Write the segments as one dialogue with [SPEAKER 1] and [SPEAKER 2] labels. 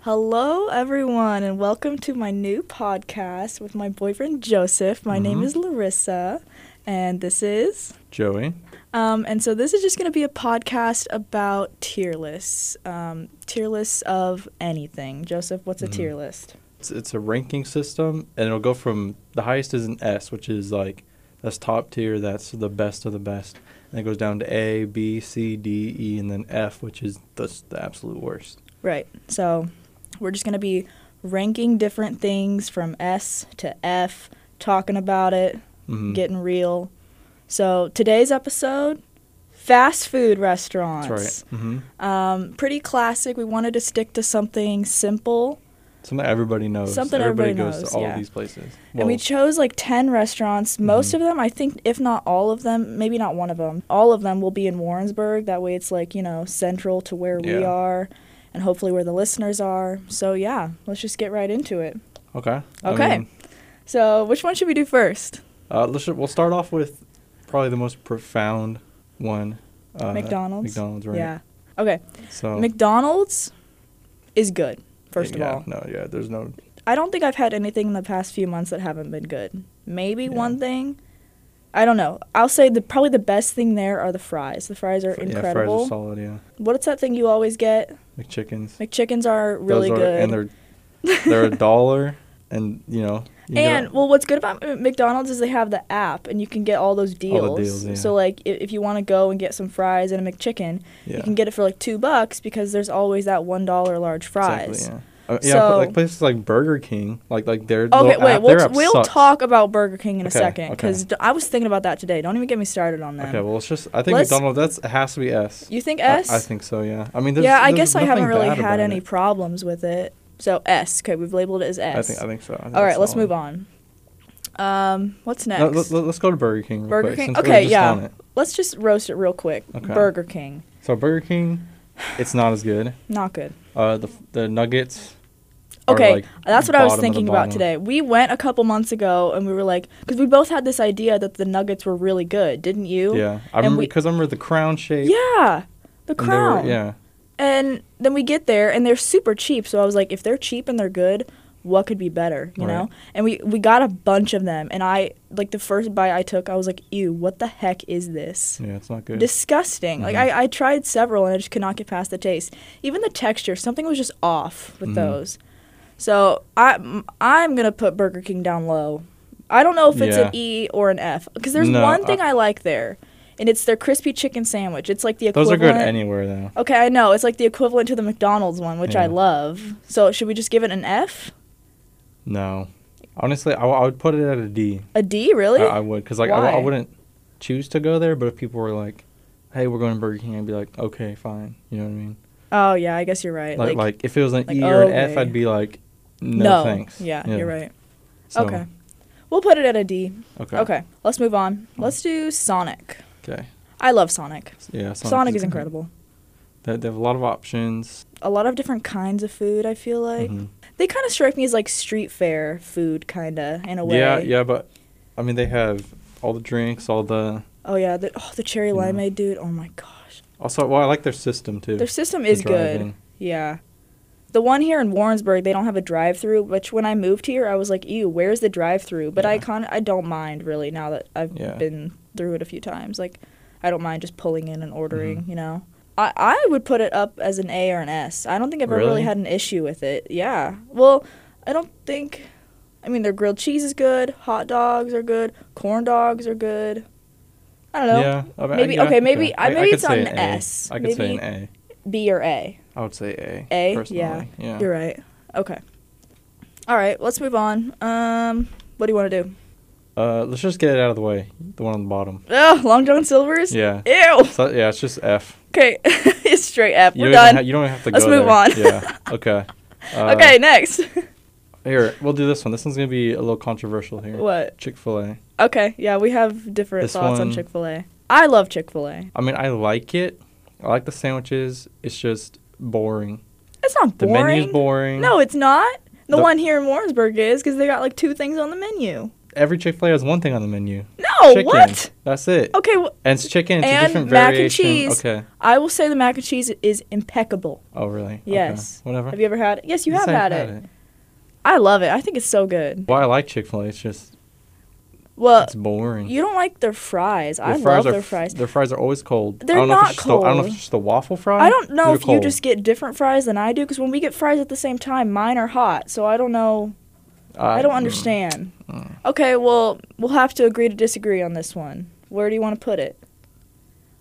[SPEAKER 1] Hello, everyone, and welcome to my new podcast with my boyfriend Joseph. My name
[SPEAKER 2] Mhm.
[SPEAKER 1] is Larissa, and this is.
[SPEAKER 2] Joey.
[SPEAKER 1] Um, and so this is just going to be a podcast about tier lists, um, tier lists of anything. Joseph, what's a
[SPEAKER 2] Mhm.
[SPEAKER 1] tier list?
[SPEAKER 2] It's, it's a ranking system, and it'll go from the highest is an S, which is like that's top tier, that's the best of the best, and it goes down to A, B, C, D, E, and then F, which is the, s- the absolute worst.
[SPEAKER 1] Right. So we're just going to be ranking different things from S to F, talking about it,
[SPEAKER 2] Mhm.
[SPEAKER 1] getting real. So today's episode fast food restaurants.
[SPEAKER 2] that's right. hmm
[SPEAKER 1] Um, pretty classic. We wanted to stick to something simple.
[SPEAKER 2] Something everybody knows.
[SPEAKER 1] Something
[SPEAKER 2] everybody,
[SPEAKER 1] everybody
[SPEAKER 2] goes
[SPEAKER 1] knows,
[SPEAKER 2] to all
[SPEAKER 1] yeah.
[SPEAKER 2] these places.
[SPEAKER 1] and we
[SPEAKER 2] Well,
[SPEAKER 1] chose like 10 restaurants. Most
[SPEAKER 2] Mhm.
[SPEAKER 1] of them, I think, if not all of them, maybe not one of them, all of them will be in Warrensburg. That way it's like, you know, central to where we
[SPEAKER 2] Yeah.
[SPEAKER 1] are and hopefully where the listeners are. So yeah, let's just get right into it.
[SPEAKER 2] okay. I
[SPEAKER 1] Okay.
[SPEAKER 2] mean,
[SPEAKER 1] So which one should we do first?
[SPEAKER 2] uh, let's, we'll start off with probably the most profound one. Uh,
[SPEAKER 1] McDonald's?
[SPEAKER 2] McDonald's, right?
[SPEAKER 1] Yeah. Okay.
[SPEAKER 2] So
[SPEAKER 1] McDonald's is good, first
[SPEAKER 2] yeah,
[SPEAKER 1] of all.
[SPEAKER 2] no, yeah. There's no
[SPEAKER 1] I don't think I've had anything in the past few months that haven't been good. Maybe
[SPEAKER 2] Yeah.
[SPEAKER 1] one thing. I don't know. I'll say the probably the best thing there are the fries. The fries are
[SPEAKER 2] Yeah, fries
[SPEAKER 1] incredible.
[SPEAKER 2] are solid. Yeah,
[SPEAKER 1] What's that thing you always get?
[SPEAKER 2] McChickens.
[SPEAKER 1] McChickens are really
[SPEAKER 2] Those are-
[SPEAKER 1] good.
[SPEAKER 2] and they're they're a dollar, and you know. You can
[SPEAKER 1] And
[SPEAKER 2] get-
[SPEAKER 1] well, what's good about M- McDonald's is they have the app, and you can get all those deals.
[SPEAKER 2] All the deals, yeah.
[SPEAKER 1] So like, i- if you want to go and get some fries and a McChicken,
[SPEAKER 2] yeah,
[SPEAKER 1] you can get it for like two bucks because there's always that one dollar large fries.
[SPEAKER 2] Exactly, yeah. Uh, yeah,
[SPEAKER 1] So-
[SPEAKER 2] but like places like Burger King, like like their
[SPEAKER 1] Okay,
[SPEAKER 2] little
[SPEAKER 1] wait.
[SPEAKER 2] app,
[SPEAKER 1] we'll
[SPEAKER 2] their
[SPEAKER 1] t-
[SPEAKER 2] app
[SPEAKER 1] we'll
[SPEAKER 2] sucks.
[SPEAKER 1] talk about Burger King in a
[SPEAKER 2] Okay,
[SPEAKER 1] second
[SPEAKER 2] okay.
[SPEAKER 1] because I was thinking about that today. Don't even get me started on that.
[SPEAKER 2] Okay, well it's just I think
[SPEAKER 1] Let's-
[SPEAKER 2] McDonald's that's it has to be S.
[SPEAKER 1] you think
[SPEAKER 2] I-
[SPEAKER 1] S?
[SPEAKER 2] I think so. Yeah. I mean, there's,
[SPEAKER 1] yeah, I
[SPEAKER 2] there's
[SPEAKER 1] guess I
[SPEAKER 2] nothing
[SPEAKER 1] haven't really
[SPEAKER 2] bad
[SPEAKER 1] had
[SPEAKER 2] about
[SPEAKER 1] any
[SPEAKER 2] it.
[SPEAKER 1] problems with it. So S. Okay, we've labeled it as S.
[SPEAKER 2] I think I think so. I think
[SPEAKER 1] All right,
[SPEAKER 2] it's
[SPEAKER 1] let's
[SPEAKER 2] solid.
[SPEAKER 1] move on. Um, what's next?
[SPEAKER 2] No, let, let, us go to Burger King. Real
[SPEAKER 1] Burger
[SPEAKER 2] quick,
[SPEAKER 1] King?
[SPEAKER 2] since we're
[SPEAKER 1] Okay,
[SPEAKER 2] just
[SPEAKER 1] yeah.
[SPEAKER 2] on it.
[SPEAKER 1] Let's just roast it real quick.
[SPEAKER 2] Okay.
[SPEAKER 1] Burger King,
[SPEAKER 2] So Burger King, it's not as good.
[SPEAKER 1] not good.
[SPEAKER 2] Uh, the the nuggets. are,
[SPEAKER 1] Okay,
[SPEAKER 2] like,
[SPEAKER 1] that's what I was
[SPEAKER 2] bottom of the
[SPEAKER 1] thinking about
[SPEAKER 2] bottom.
[SPEAKER 1] today. We went a couple months ago and we were like, because we both had this idea that the nuggets were really good, didn't you?
[SPEAKER 2] Yeah, I
[SPEAKER 1] And
[SPEAKER 2] remember
[SPEAKER 1] we-
[SPEAKER 2] because I remember the crown shape.
[SPEAKER 1] Yeah, the
[SPEAKER 2] and they were-
[SPEAKER 1] crown.
[SPEAKER 2] yeah.
[SPEAKER 1] And then we get there and they're super cheap. So I was like, if they're cheap and they're good, what could be better, you know?
[SPEAKER 2] Right.
[SPEAKER 1] And we we got a bunch of them and I like the first bite I took, I was like, ew, what the heck is this?
[SPEAKER 2] Yeah, it's not good.
[SPEAKER 1] Disgusting. Like
[SPEAKER 2] Mhm.
[SPEAKER 1] I, I tried several and I just could not get past the taste. Even the texture, something was just off with
[SPEAKER 2] Mhm.
[SPEAKER 1] those. So I m- I'm gonna put Burger King down low. I don't know if it's
[SPEAKER 2] Yeah.
[SPEAKER 1] an E or an F because there's
[SPEAKER 2] No,
[SPEAKER 1] one thing
[SPEAKER 2] I-
[SPEAKER 1] I like there, and it's their crispy chicken sandwich. It's like the
[SPEAKER 2] Those are
[SPEAKER 1] equivalent.
[SPEAKER 2] good anywhere though.
[SPEAKER 1] Okay, I know. It's like the equivalent to the McDonald's one, which I
[SPEAKER 2] Yeah.
[SPEAKER 1] love. So should we just give it an F?
[SPEAKER 2] No, honestly, I, w- I would put it at a D.
[SPEAKER 1] A D,
[SPEAKER 2] I
[SPEAKER 1] really?
[SPEAKER 2] I would because like I, w- I
[SPEAKER 1] Why?
[SPEAKER 2] wouldn't choose to go there, but if people were like, "Hey, we're going to Burger King," I'd be like, "Okay, fine." You know what I mean?
[SPEAKER 1] oh yeah, I guess you're right.
[SPEAKER 2] Like like, if it was an
[SPEAKER 1] like, oh,
[SPEAKER 2] E or an
[SPEAKER 1] okay.
[SPEAKER 2] F, I'd be like, "No,
[SPEAKER 1] no,
[SPEAKER 2] thanks."
[SPEAKER 1] Yeah, you're right.
[SPEAKER 2] So,
[SPEAKER 1] Okay. We'll put it at a D.
[SPEAKER 2] Okay. Mm.
[SPEAKER 1] Okay, let's move on. Let's do Sonic.
[SPEAKER 2] Okay.
[SPEAKER 1] I love Sonic.
[SPEAKER 2] Yeah.
[SPEAKER 1] Sonic, is
[SPEAKER 2] good.
[SPEAKER 1] incredible.
[SPEAKER 2] They, they have a lot of options.
[SPEAKER 1] A lot of different kinds of food. I feel like
[SPEAKER 2] Mhm.
[SPEAKER 1] they kind of strike me as like street fair food, kinda in a way.
[SPEAKER 2] Yeah, yeah, but I mean, they have all the drinks, all the.
[SPEAKER 1] Oh yeah, the, oh, the cherry
[SPEAKER 2] Yeah.
[SPEAKER 1] limeade, dude. Oh my gosh,
[SPEAKER 2] Also, well, I like their system too.
[SPEAKER 1] their system
[SPEAKER 2] the
[SPEAKER 1] is good.
[SPEAKER 2] driving.
[SPEAKER 1] Yeah. The one here in Warrensburg, they don't have a drive-through, which when I moved here, I was like, "Ew, where's the drive-through?" But I
[SPEAKER 2] Yeah.
[SPEAKER 1] kind I don't mind really now that I've
[SPEAKER 2] Yeah.
[SPEAKER 1] been through it a few times. Like I don't mind just pulling in and ordering,
[SPEAKER 2] Mhm.
[SPEAKER 1] you know. I I would put it up as an A or an S. I don't think I've ever really
[SPEAKER 2] Really?
[SPEAKER 1] had an issue with it. Yeah. Well, I don't think I mean their grilled cheese is good, hot dogs are good, corn dogs are good. I don't know.
[SPEAKER 2] Yeah. I mean,
[SPEAKER 1] Maybe-
[SPEAKER 2] yeah,
[SPEAKER 1] okay, maybe- I- maybe
[SPEAKER 2] could
[SPEAKER 1] it's on
[SPEAKER 2] say
[SPEAKER 1] an
[SPEAKER 2] A.
[SPEAKER 1] S.
[SPEAKER 2] I could say
[SPEAKER 1] Maybe-
[SPEAKER 2] an A.
[SPEAKER 1] B or A.
[SPEAKER 2] I would say A.
[SPEAKER 1] A?
[SPEAKER 2] Personally.
[SPEAKER 1] Yeah.
[SPEAKER 2] Yeah.
[SPEAKER 1] You're right. Okay. All right, let's move on. Um, what do you want to do?
[SPEAKER 2] Uh, let's just get it out of the way. The one on the bottom.
[SPEAKER 1] Oh, Long John Silver's.
[SPEAKER 2] Yeah.
[SPEAKER 1] Ew.
[SPEAKER 2] So, yeah, it's just F.
[SPEAKER 1] Okay, it's straight F.
[SPEAKER 2] You
[SPEAKER 1] We're
[SPEAKER 2] don't
[SPEAKER 1] done.
[SPEAKER 2] Even ha- you don't have to
[SPEAKER 1] Let's
[SPEAKER 2] go
[SPEAKER 1] move on.
[SPEAKER 2] there. Yeah. Okay. Uh,
[SPEAKER 1] okay, next.
[SPEAKER 2] Here, we'll do this one. This one's gonna be a little controversial here.
[SPEAKER 1] what?
[SPEAKER 2] Chick Fil A.
[SPEAKER 1] Okay, yeah, we have different
[SPEAKER 2] This
[SPEAKER 1] thoughts on
[SPEAKER 2] one-
[SPEAKER 1] Chick Fil A. I love Chick Fil A.
[SPEAKER 2] I mean, I like it. I like the sandwiches. It's just boring.
[SPEAKER 1] It's not
[SPEAKER 2] The
[SPEAKER 1] boring.
[SPEAKER 2] menu's boring.
[SPEAKER 1] No, it's not. The,
[SPEAKER 2] The-
[SPEAKER 1] one here in Warrensburg is because they got like two things on the menu.
[SPEAKER 2] every Chick Fil A has one thing on the menu.
[SPEAKER 1] No,
[SPEAKER 2] chicken.
[SPEAKER 1] what?
[SPEAKER 2] That's it.
[SPEAKER 1] Okay, well,
[SPEAKER 2] And it's chicken. It's
[SPEAKER 1] And
[SPEAKER 2] a different
[SPEAKER 1] mac and
[SPEAKER 2] variation.
[SPEAKER 1] cheese.
[SPEAKER 2] Okay.
[SPEAKER 1] I will say the mac and cheese is impeccable.
[SPEAKER 2] Oh really? Okay.
[SPEAKER 1] Yes.
[SPEAKER 2] Whatever.
[SPEAKER 1] Have you ever had it? Yes, you
[SPEAKER 2] Yes,
[SPEAKER 1] have
[SPEAKER 2] I've
[SPEAKER 1] had, it. I love it. I think it's so good.
[SPEAKER 2] Why I like Chick Fil A? It's just
[SPEAKER 1] Well,
[SPEAKER 2] it's boring.
[SPEAKER 1] Uh, you don't like their fries. I
[SPEAKER 2] Their fries
[SPEAKER 1] love
[SPEAKER 2] are
[SPEAKER 1] their
[SPEAKER 2] f-
[SPEAKER 1] fries.
[SPEAKER 2] Their fries are always cold.
[SPEAKER 1] They're
[SPEAKER 2] I don't know
[SPEAKER 1] not
[SPEAKER 2] if it's just The, I don't know if
[SPEAKER 1] cold.
[SPEAKER 2] it's just the waffle fries.
[SPEAKER 1] I don't know
[SPEAKER 2] They're
[SPEAKER 1] if you
[SPEAKER 2] cold.
[SPEAKER 1] just get different fries than I do because when we get fries at the same time, mine are hot. So I don't know. I don't
[SPEAKER 2] mm,
[SPEAKER 1] understand.
[SPEAKER 2] mm.
[SPEAKER 1] Okay, well, we'll have to agree to disagree on this one. Where do you want to put it?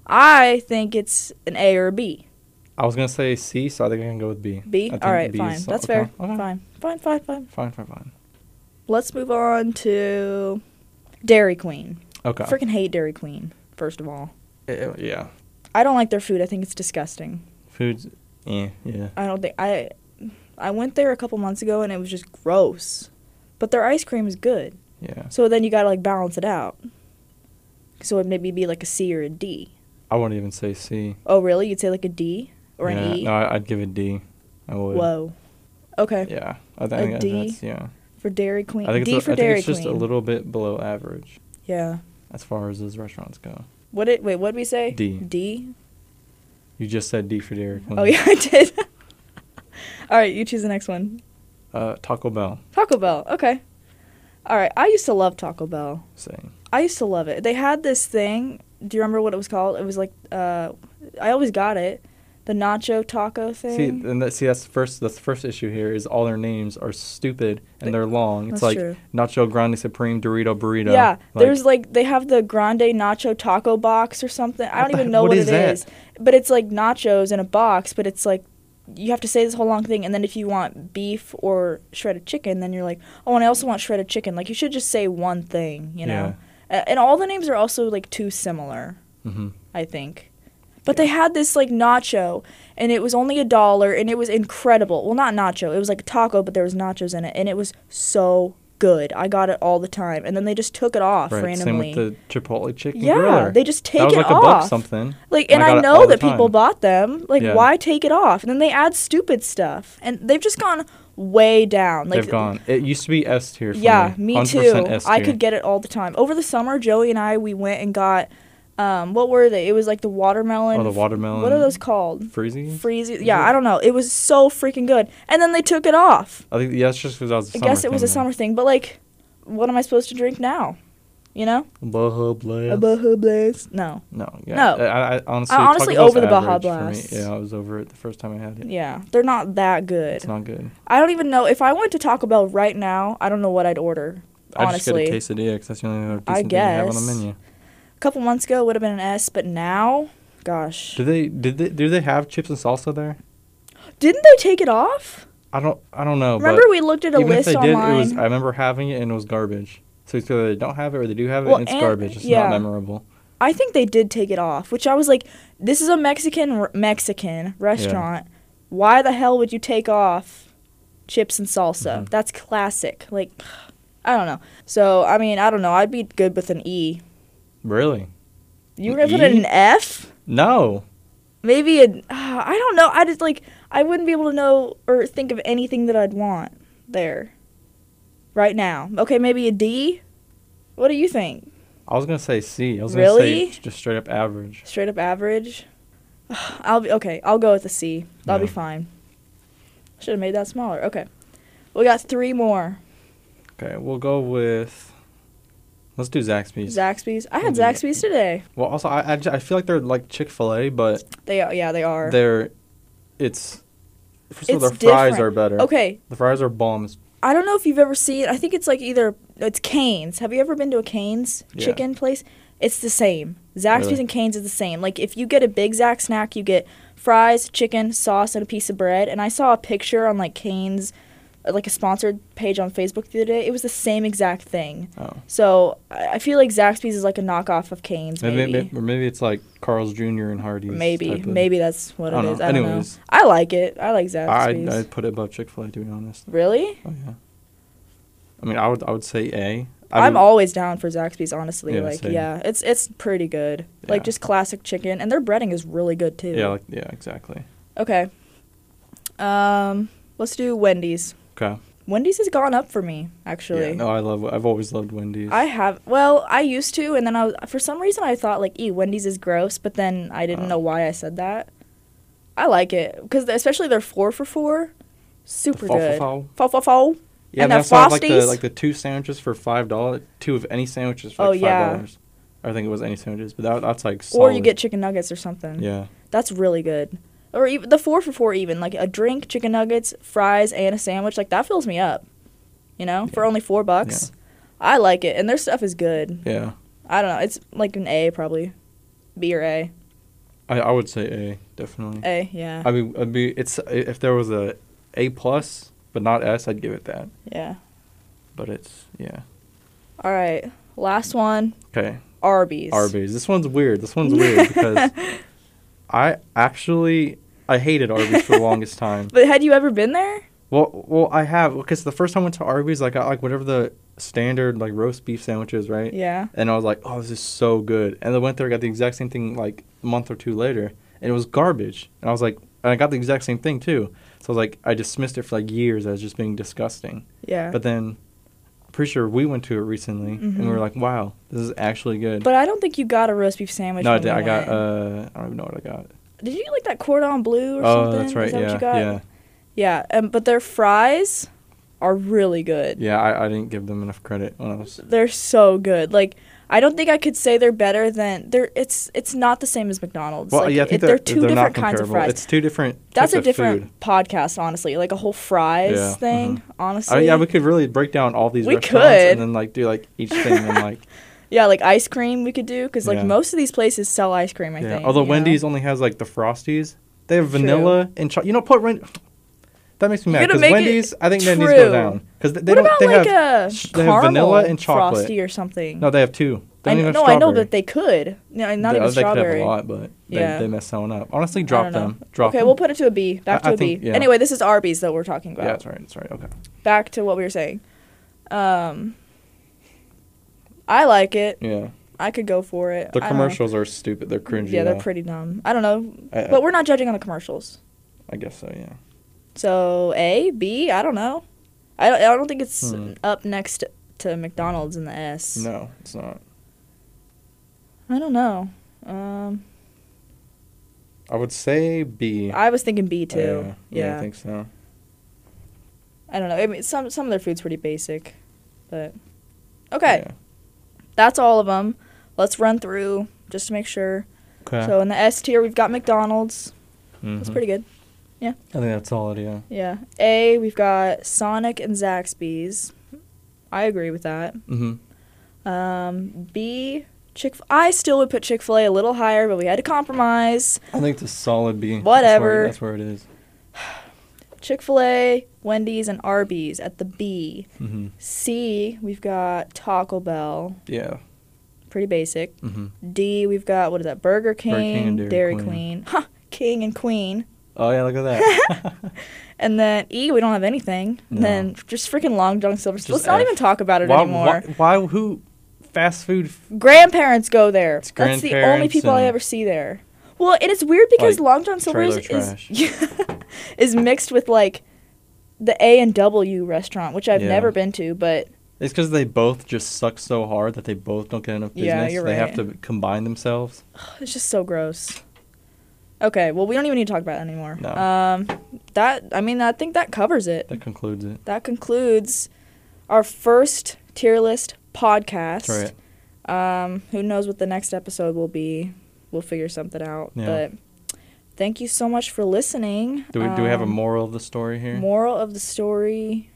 [SPEAKER 1] I think it's an A or a B.
[SPEAKER 2] I was gonna say C, so I think I can go with B. I
[SPEAKER 1] B?
[SPEAKER 2] think
[SPEAKER 1] All right,
[SPEAKER 2] B is
[SPEAKER 1] fine.
[SPEAKER 2] so-
[SPEAKER 1] That's
[SPEAKER 2] okay,
[SPEAKER 1] fair.
[SPEAKER 2] okay.
[SPEAKER 1] Fine. Fine, fine, fine.
[SPEAKER 2] Fine, fine, fine.
[SPEAKER 1] Let's move on to Dairy Queen.
[SPEAKER 2] Okay.
[SPEAKER 1] Freaking hate Dairy Queen, first of all.
[SPEAKER 2] Ew, yeah.
[SPEAKER 1] I don't like their food. I think it's disgusting.
[SPEAKER 2] Foods. Eh, yeah.
[SPEAKER 1] I don't think I I went there a couple months ago and it was just gross. But their ice cream is good.
[SPEAKER 2] Yeah.
[SPEAKER 1] So then you got to like balance it out. So it maybe be like a C or a D.
[SPEAKER 2] I wouldn't even say C.
[SPEAKER 1] Oh, really? You'd say like a D or
[SPEAKER 2] yeah.
[SPEAKER 1] an E?
[SPEAKER 2] No, I, I'd give it D. I would.
[SPEAKER 1] Whoa. Okay.
[SPEAKER 2] Yeah. I
[SPEAKER 1] A
[SPEAKER 2] think I-
[SPEAKER 1] D?
[SPEAKER 2] that's yeah.
[SPEAKER 1] For Dairy Queen.
[SPEAKER 2] I think
[SPEAKER 1] D
[SPEAKER 2] it's, a-
[SPEAKER 1] for
[SPEAKER 2] I think
[SPEAKER 1] Dairy
[SPEAKER 2] it's just
[SPEAKER 1] Queen.
[SPEAKER 2] a little bit below average
[SPEAKER 1] yeah.
[SPEAKER 2] as far as those restaurants go.
[SPEAKER 1] What did wait, what did we say?
[SPEAKER 2] D.
[SPEAKER 1] D?
[SPEAKER 2] You just said D for Dairy Queen.
[SPEAKER 1] Oh yeah, I did. All right, you choose the next one.
[SPEAKER 2] Uh, Taco Bell.
[SPEAKER 1] Taco Bell. Okay. All right. I used to love Taco Bell.
[SPEAKER 2] Same.
[SPEAKER 1] I used to love it. They had this thing. Do you remember what it was called? It was like uh, I always got it, the nacho taco
[SPEAKER 2] See,
[SPEAKER 1] thing.
[SPEAKER 2] and that, see, that's the first. That's the first issue here is all their names are stupid and they're long.
[SPEAKER 1] That's
[SPEAKER 2] It's like
[SPEAKER 1] true.
[SPEAKER 2] Nacho Grande Supreme Dorito Burrito.
[SPEAKER 1] yeah,
[SPEAKER 2] Like,
[SPEAKER 1] there's like they have the grande nacho taco box or something. I
[SPEAKER 2] What
[SPEAKER 1] don't
[SPEAKER 2] the-
[SPEAKER 1] even know
[SPEAKER 2] what
[SPEAKER 1] what,
[SPEAKER 2] is
[SPEAKER 1] it
[SPEAKER 2] that?
[SPEAKER 1] is, but it's like nachos in a box. But it's like you have to say this whole long thing, and then if you want beef or shredded chicken, then you're like, oh, and I also want shredded chicken. Like you should just say one thing, you know. A- And all the names are also like too similar.
[SPEAKER 2] hmm
[SPEAKER 1] I think. But they had this like nacho, and it was only a dollar, and it was incredible. Well, not nacho, it was like a taco, but there was nachos in it, and it was so good. I got it all the time, and then they just took it off
[SPEAKER 2] Right. Same
[SPEAKER 1] randomly.
[SPEAKER 2] with the Chipotle chicken
[SPEAKER 1] yeah,
[SPEAKER 2] griller.
[SPEAKER 1] they just take
[SPEAKER 2] that was
[SPEAKER 1] it
[SPEAKER 2] like
[SPEAKER 1] off.
[SPEAKER 2] a buck something.
[SPEAKER 1] Like,
[SPEAKER 2] And
[SPEAKER 1] and
[SPEAKER 2] I
[SPEAKER 1] I,
[SPEAKER 2] got it all
[SPEAKER 1] know
[SPEAKER 2] the
[SPEAKER 1] that people
[SPEAKER 2] time.
[SPEAKER 1] bought them. Like,
[SPEAKER 2] Yeah.
[SPEAKER 1] why take it off? And then they add stupid stuff, and they've just gone way down. Like,
[SPEAKER 2] They've gone. It used to be S tier. For
[SPEAKER 1] yeah,
[SPEAKER 2] me,
[SPEAKER 1] me,
[SPEAKER 2] 100%
[SPEAKER 1] too.
[SPEAKER 2] S
[SPEAKER 1] I
[SPEAKER 2] tier.
[SPEAKER 1] could get it all the time. Over the summer, Joey and I we went and got um what were they? It was like the watermelon.
[SPEAKER 2] Or Oh, the
[SPEAKER 1] f-
[SPEAKER 2] watermelon.
[SPEAKER 1] What are those called?
[SPEAKER 2] Freezy.
[SPEAKER 1] Freezy. Yeah, I don't know. It was so freaking good. And then they took it off.
[SPEAKER 2] I think yeah, it's just because I was. A
[SPEAKER 1] I guess it was a
[SPEAKER 2] thing,
[SPEAKER 1] summer thing, but like what am I supposed to drink now? You know?
[SPEAKER 2] though. Baja Blast.
[SPEAKER 1] A Baja Blast. No.
[SPEAKER 2] no, yeah.
[SPEAKER 1] No.
[SPEAKER 2] I, I honestly,
[SPEAKER 1] I'm honestly
[SPEAKER 2] Taco Bell's
[SPEAKER 1] over the Baja
[SPEAKER 2] average
[SPEAKER 1] Blast.
[SPEAKER 2] For me. Yeah, I was over it the first time I had it.
[SPEAKER 1] Yeah. They're not that
[SPEAKER 2] It's
[SPEAKER 1] good.
[SPEAKER 2] not good.
[SPEAKER 1] I don't even know if I went to Taco Bell right now, I don't know what I'd order.
[SPEAKER 2] I just get a
[SPEAKER 1] Honestly.
[SPEAKER 2] quesadilla because that's the only other decent
[SPEAKER 1] I
[SPEAKER 2] thing they have on
[SPEAKER 1] guess.
[SPEAKER 2] the menu.
[SPEAKER 1] A couple months ago it would have been an S, but now, gosh.
[SPEAKER 2] Do they did they do they have chips and salsa there?
[SPEAKER 1] Didn't they take it off?
[SPEAKER 2] I don't I don't know.
[SPEAKER 1] Remember we looked at
[SPEAKER 2] but
[SPEAKER 1] a
[SPEAKER 2] even if
[SPEAKER 1] list
[SPEAKER 2] they
[SPEAKER 1] online.
[SPEAKER 2] did, it was I remember having it and it was garbage. So it's either they don't have it or they do have it
[SPEAKER 1] Well,
[SPEAKER 2] and it's
[SPEAKER 1] and-
[SPEAKER 2] garbage. It's
[SPEAKER 1] yeah.
[SPEAKER 2] not memorable.
[SPEAKER 1] I think they did take it off, which I was like, this is a Mexican r- Mexican restaurant. Why the hell would you take off chips and salsa?
[SPEAKER 2] Mhm.
[SPEAKER 1] That's classic. Like, I don't know. So I mean, I don't know. I'd be good with an E.
[SPEAKER 2] Really?
[SPEAKER 1] You
[SPEAKER 2] An
[SPEAKER 1] were gonna put it
[SPEAKER 2] E?
[SPEAKER 1] an F?
[SPEAKER 2] No.
[SPEAKER 1] Maybe an uh, I don't know. I just like I wouldn't be able to know or think of anything that I'd want there right now. Okay, maybe a D. What do you think?
[SPEAKER 2] I was gonna say C. I was
[SPEAKER 1] Really?
[SPEAKER 2] gonna say just straight up average.
[SPEAKER 1] Straight up average. I'll be okay. I'll go with a C. I'll be
[SPEAKER 2] Yeah.
[SPEAKER 1] fine. Should have made that smaller. Okay, we got three more.
[SPEAKER 2] Okay, we'll go with. Let's do Zaxby's.
[SPEAKER 1] Zaxby's. I had
[SPEAKER 2] Yeah.
[SPEAKER 1] Zaxby's today.
[SPEAKER 2] well, also I, I j- I feel like they're like Chick Fil A, but
[SPEAKER 1] They are. Yeah, they are.
[SPEAKER 2] they're it's. First of all,
[SPEAKER 1] It's
[SPEAKER 2] their fries
[SPEAKER 1] different.
[SPEAKER 2] are better.
[SPEAKER 1] okay.
[SPEAKER 2] The fries are bombs.
[SPEAKER 1] I don't know if you've ever seen. I think it's like either it's Canes. Have you ever been to a Canes
[SPEAKER 2] Yeah.
[SPEAKER 1] chicken place? It's the same. Zaxby's
[SPEAKER 2] Really?
[SPEAKER 1] and Canes is the same. Like if you get a big Zax snack, you get fries, chicken, sauce, and a piece of bread. And I saw a picture on like Canes, uh, like a sponsored page on Facebook the other day. It was the same exact thing.
[SPEAKER 2] Oh.
[SPEAKER 1] So I I feel like Zaxby's is like a knockoff of Canes,
[SPEAKER 2] Maybe,
[SPEAKER 1] maybe.
[SPEAKER 2] maybe, or maybe it's like Carl's Jr. and Hardee's.
[SPEAKER 1] Maybe,
[SPEAKER 2] type of-
[SPEAKER 1] maybe that's
[SPEAKER 2] I
[SPEAKER 1] what it
[SPEAKER 2] don't
[SPEAKER 1] is.
[SPEAKER 2] know.
[SPEAKER 1] I don't know.
[SPEAKER 2] Anyways,
[SPEAKER 1] I like it. I like
[SPEAKER 2] I
[SPEAKER 1] Zaxby's.
[SPEAKER 2] I put it above Chick Fil A to be honest.
[SPEAKER 1] really?
[SPEAKER 2] Oh yeah. I mean, I would I would say A.
[SPEAKER 1] I
[SPEAKER 2] I
[SPEAKER 1] am
[SPEAKER 2] would-
[SPEAKER 1] always down for Zaxby's, honestly.
[SPEAKER 2] Yeah,
[SPEAKER 1] like,
[SPEAKER 2] same.
[SPEAKER 1] yeah, it's it's pretty good. Like
[SPEAKER 2] Yeah.
[SPEAKER 1] just classic chicken, and their breading is really good too.
[SPEAKER 2] Yeah, like yeah, exactly.
[SPEAKER 1] okay. Um, let's do Wendy's.
[SPEAKER 2] Okay.
[SPEAKER 1] Wendy's has gone up for me actually.
[SPEAKER 2] Yeah, no, I love. I've always loved Wendy's.
[SPEAKER 1] I have. Well, I used to, and then I was, for some reason I thought like, "E Wendy's is gross," but then I didn't
[SPEAKER 2] Oh.
[SPEAKER 1] know why I said that. I like it because especially their four for four, super
[SPEAKER 2] Fo- fo-
[SPEAKER 1] good.
[SPEAKER 2] fo.
[SPEAKER 1] Fo fo fo.
[SPEAKER 2] Yeah,
[SPEAKER 1] And
[SPEAKER 2] but
[SPEAKER 1] the
[SPEAKER 2] that's why I like the
[SPEAKER 1] Frosties?
[SPEAKER 2] like the two sandwiches for five dollars. Two of any sandwiches for
[SPEAKER 1] Oh,
[SPEAKER 2] like
[SPEAKER 1] yeah.
[SPEAKER 2] five dollars. I think it was any sandwiches, but that, that's like solid.
[SPEAKER 1] Or you get chicken nuggets or something.
[SPEAKER 2] yeah.
[SPEAKER 1] That's really good. Or even the four for four, even like a drink, chicken nuggets, fries, and a sandwich. Like that fills me up. You know, for only four bucks. I like it, and their stuff is good.
[SPEAKER 2] Yeah,
[SPEAKER 1] I don't know. It's like an A probably, B or A.
[SPEAKER 2] I, I would say A definitely.
[SPEAKER 1] A yeah
[SPEAKER 2] I mean, I'd be it's if there was a A plus, but not S, I'd give it that.
[SPEAKER 1] yeah.
[SPEAKER 2] But it's yeah.
[SPEAKER 1] All right, last one.
[SPEAKER 2] Okay,
[SPEAKER 1] Arby's.
[SPEAKER 2] Arby's. This one's weird. This one's weird because I actually I hated Arby's for the longest time.
[SPEAKER 1] But had you ever been there?
[SPEAKER 2] Well, well, I have because the first time I went to Arby's, I got like whatever the standard like roast beef sandwiches, right?
[SPEAKER 1] Yeah.
[SPEAKER 2] And I was like, oh, this is so good. And I went there, got the exact same thing like a month or two later, and it was garbage. And I was like, and I got the exact same thing too. So I was like, I dismissed it for like years as just being disgusting.
[SPEAKER 1] Yeah.
[SPEAKER 2] But
[SPEAKER 1] But,
[SPEAKER 2] then, pretty sure we went to it recently, and we
[SPEAKER 1] Mhm.
[SPEAKER 2] were like, wow, this is actually good.
[SPEAKER 1] I don't think you got a roast beef sandwich.
[SPEAKER 2] no, I
[SPEAKER 1] when
[SPEAKER 2] did.
[SPEAKER 1] we
[SPEAKER 2] I got.
[SPEAKER 1] went.
[SPEAKER 2] Uh, I don't even know what I got.
[SPEAKER 1] Did you get, like that cordon bleu or
[SPEAKER 2] Oh,
[SPEAKER 1] something?
[SPEAKER 2] that's right.
[SPEAKER 1] Is that
[SPEAKER 2] yeah,
[SPEAKER 1] what you got?
[SPEAKER 2] yeah,
[SPEAKER 1] Yeah, um, but their fries are really good.
[SPEAKER 2] yeah. I, I didn't give them enough credit when I was.
[SPEAKER 1] They're so good. Like I don't think I could say they're better than they're. It's it's not the same as McDonald's.
[SPEAKER 2] Well,
[SPEAKER 1] like,
[SPEAKER 2] yeah, I think
[SPEAKER 1] it- they're
[SPEAKER 2] they're,
[SPEAKER 1] 2 different kinds of
[SPEAKER 2] comparable.
[SPEAKER 1] fries.
[SPEAKER 2] It's two different.
[SPEAKER 1] That's
[SPEAKER 2] types
[SPEAKER 1] a
[SPEAKER 2] of
[SPEAKER 1] different
[SPEAKER 2] Food.
[SPEAKER 1] podcast, honestly. Like a whole fries
[SPEAKER 2] Yeah,
[SPEAKER 1] thing,
[SPEAKER 2] mhm.
[SPEAKER 1] honestly.
[SPEAKER 2] I mean, yeah, we could really break down all these
[SPEAKER 1] We
[SPEAKER 2] restaurants
[SPEAKER 1] could.
[SPEAKER 2] and then like do like each thing and like
[SPEAKER 1] Yeah, like ice cream we could do because like
[SPEAKER 2] Yeah.
[SPEAKER 1] most of these places sell ice cream. I
[SPEAKER 2] yeah.
[SPEAKER 1] think.
[SPEAKER 2] Although
[SPEAKER 1] you know?
[SPEAKER 2] Wendy's only has like the Frosties, they have
[SPEAKER 1] True.
[SPEAKER 2] vanilla and cho- you know put Wen- that makes me
[SPEAKER 1] You
[SPEAKER 2] mad
[SPEAKER 1] gotta
[SPEAKER 2] because
[SPEAKER 1] make it
[SPEAKER 2] Wendy's I think Wendy's go
[SPEAKER 1] true.
[SPEAKER 2] down because they, they
[SPEAKER 1] what
[SPEAKER 2] don't
[SPEAKER 1] about
[SPEAKER 2] they
[SPEAKER 1] like
[SPEAKER 2] have
[SPEAKER 1] a
[SPEAKER 2] sh- they
[SPEAKER 1] caramel
[SPEAKER 2] have vanilla and chocolate.
[SPEAKER 1] frosty or something?
[SPEAKER 2] no they have two. They
[SPEAKER 1] I,
[SPEAKER 2] don't
[SPEAKER 1] kn-
[SPEAKER 2] even have
[SPEAKER 1] no, I know,
[SPEAKER 2] strawberry.
[SPEAKER 1] but they could. No, not
[SPEAKER 2] they,
[SPEAKER 1] even
[SPEAKER 2] they could have
[SPEAKER 1] strawberry.
[SPEAKER 2] a lot, but
[SPEAKER 1] Yeah.
[SPEAKER 2] they, they mess someone up. Honestly,
[SPEAKER 1] I
[SPEAKER 2] drop
[SPEAKER 1] don't know.
[SPEAKER 2] them. Drop
[SPEAKER 1] okay,
[SPEAKER 2] them.
[SPEAKER 1] we'll put it to a B. Back to
[SPEAKER 2] I-
[SPEAKER 1] a
[SPEAKER 2] I
[SPEAKER 1] B.
[SPEAKER 2] think- yeah.
[SPEAKER 1] Anyway, this is Arby's that we're talking about.
[SPEAKER 2] yeah, that's right. That's right. Okay.
[SPEAKER 1] Back to what we were saying. Um, I like it.
[SPEAKER 2] Yeah.
[SPEAKER 1] I could go for it.
[SPEAKER 2] The
[SPEAKER 1] I don't know.
[SPEAKER 2] commercials are stupid. They're cringy.
[SPEAKER 1] Yeah, they're
[SPEAKER 2] though.
[SPEAKER 1] pretty dumb. I don't know,
[SPEAKER 2] I- I-
[SPEAKER 1] but we're not judging on the commercials.
[SPEAKER 2] I guess so. Yeah.
[SPEAKER 1] So A, B, I don't know. I don't, I don't think it's
[SPEAKER 2] Hmm.
[SPEAKER 1] up next to McDonald's in the S.
[SPEAKER 2] No, it's not.
[SPEAKER 1] I don't know. Um,
[SPEAKER 2] I would say B.
[SPEAKER 1] I was thinking B
[SPEAKER 2] Uh,
[SPEAKER 1] too. yeah,
[SPEAKER 2] I think so.
[SPEAKER 1] I don't know. I mean, some some of their food's pretty basic, but okay,
[SPEAKER 2] Yeah.
[SPEAKER 1] that's all of them. Let's run through just to make sure.
[SPEAKER 2] Okay.
[SPEAKER 1] So in the S tier, we've got McDonald's. That's
[SPEAKER 2] Mhm.
[SPEAKER 1] pretty good.
[SPEAKER 2] I think that's solid. Yeah.
[SPEAKER 1] Yeah. A, we've got Sonic and Zaxby's. I agree with that.
[SPEAKER 2] Mm-hmm.
[SPEAKER 1] Um, B, Chick. I still would put Chick Fil A a little higher, but we had to compromise.
[SPEAKER 2] I think it's a solid B. That's where-
[SPEAKER 1] Whatever.
[SPEAKER 2] That's where, it is.
[SPEAKER 1] Chick Fil A, Wendy's, and Arby's at the B.
[SPEAKER 2] Mm-hmm.
[SPEAKER 1] C, we've got Taco Bell.
[SPEAKER 2] Yeah.
[SPEAKER 1] Pretty basic.
[SPEAKER 2] Mm-hmm.
[SPEAKER 1] D, we've got what is that? Burger King,
[SPEAKER 2] King and
[SPEAKER 1] Dairy,
[SPEAKER 2] Dairy
[SPEAKER 1] Queen.
[SPEAKER 2] Queen.
[SPEAKER 1] Huh, King and Queen.
[SPEAKER 2] Oh yeah, look at that.
[SPEAKER 1] And then E, we don't have anything.
[SPEAKER 2] No.
[SPEAKER 1] And then just freaking Long John Silver's.
[SPEAKER 2] Just
[SPEAKER 1] Let's not
[SPEAKER 2] F.
[SPEAKER 1] even talk about it
[SPEAKER 2] why,
[SPEAKER 1] anymore.
[SPEAKER 2] why? Why? Who? Fast food. f-
[SPEAKER 1] Grandparents go there.
[SPEAKER 2] It's
[SPEAKER 1] That's the only
[SPEAKER 2] grandparents
[SPEAKER 1] people I
[SPEAKER 2] and-
[SPEAKER 1] ever see there. Well, and it's weird because
[SPEAKER 2] Like,
[SPEAKER 1] Long John Silver's
[SPEAKER 2] trailer
[SPEAKER 1] is is mixed with like the A and W restaurant, which I've
[SPEAKER 2] Yeah.
[SPEAKER 1] never been to, but
[SPEAKER 2] It's because they both just suck so hard that they both don't get enough
[SPEAKER 1] Yeah,
[SPEAKER 2] business.
[SPEAKER 1] you're right.
[SPEAKER 2] they have to combine themselves.
[SPEAKER 1] it's just so gross. Okay, well, we don't even need to talk about it anymore.
[SPEAKER 2] No.
[SPEAKER 1] Um, that I mean, I think that covers it.
[SPEAKER 2] That concludes it.
[SPEAKER 1] That concludes our first tier list podcast.
[SPEAKER 2] That's right.
[SPEAKER 1] Um, who knows what the next episode will be? We'll figure something out.
[SPEAKER 2] Yeah.
[SPEAKER 1] But thank you so much for listening.
[SPEAKER 2] Do we do we have a
[SPEAKER 1] Um,
[SPEAKER 2] moral of the story here?
[SPEAKER 1] Moral of the story,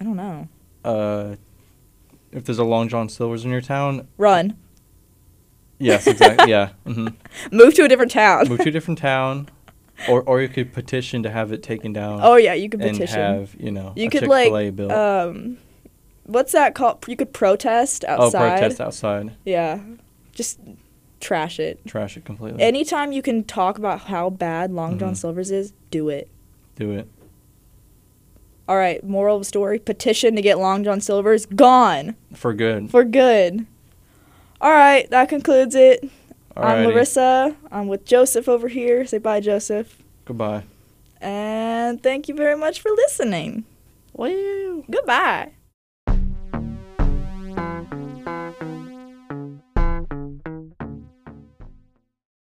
[SPEAKER 1] I don't know.
[SPEAKER 2] uh, if there's a Long John Silver's in your town,
[SPEAKER 1] Run,
[SPEAKER 2] yes, exactly. yeah. hmm
[SPEAKER 1] move to a different town.
[SPEAKER 2] Move to a different town, or or you could petition to have it taken down.
[SPEAKER 1] oh yeah, you could
[SPEAKER 2] and
[SPEAKER 1] petition.
[SPEAKER 2] have you know
[SPEAKER 1] You
[SPEAKER 2] a
[SPEAKER 1] could
[SPEAKER 2] Chick-fil-A
[SPEAKER 1] like
[SPEAKER 2] bill.
[SPEAKER 1] um, what's that called? You could protest
[SPEAKER 2] oh,
[SPEAKER 1] outside.
[SPEAKER 2] protest outside,
[SPEAKER 1] Yeah, just trash it.
[SPEAKER 2] trash it completely.
[SPEAKER 1] Anytime you can talk about how bad Long John
[SPEAKER 2] Mhm.
[SPEAKER 1] Silver's is, do it.
[SPEAKER 2] Do it.
[SPEAKER 1] All right, moral of the story: petition to get Long John Silver's gone.
[SPEAKER 2] For good.
[SPEAKER 1] for good. All right, that concludes it. I'm
[SPEAKER 2] Alrighty.
[SPEAKER 1] Larissa. I'm with Joseph over here. Say bye, Joseph.
[SPEAKER 2] Goodbye.
[SPEAKER 1] And thank you very much for listening. Woo! goodbye.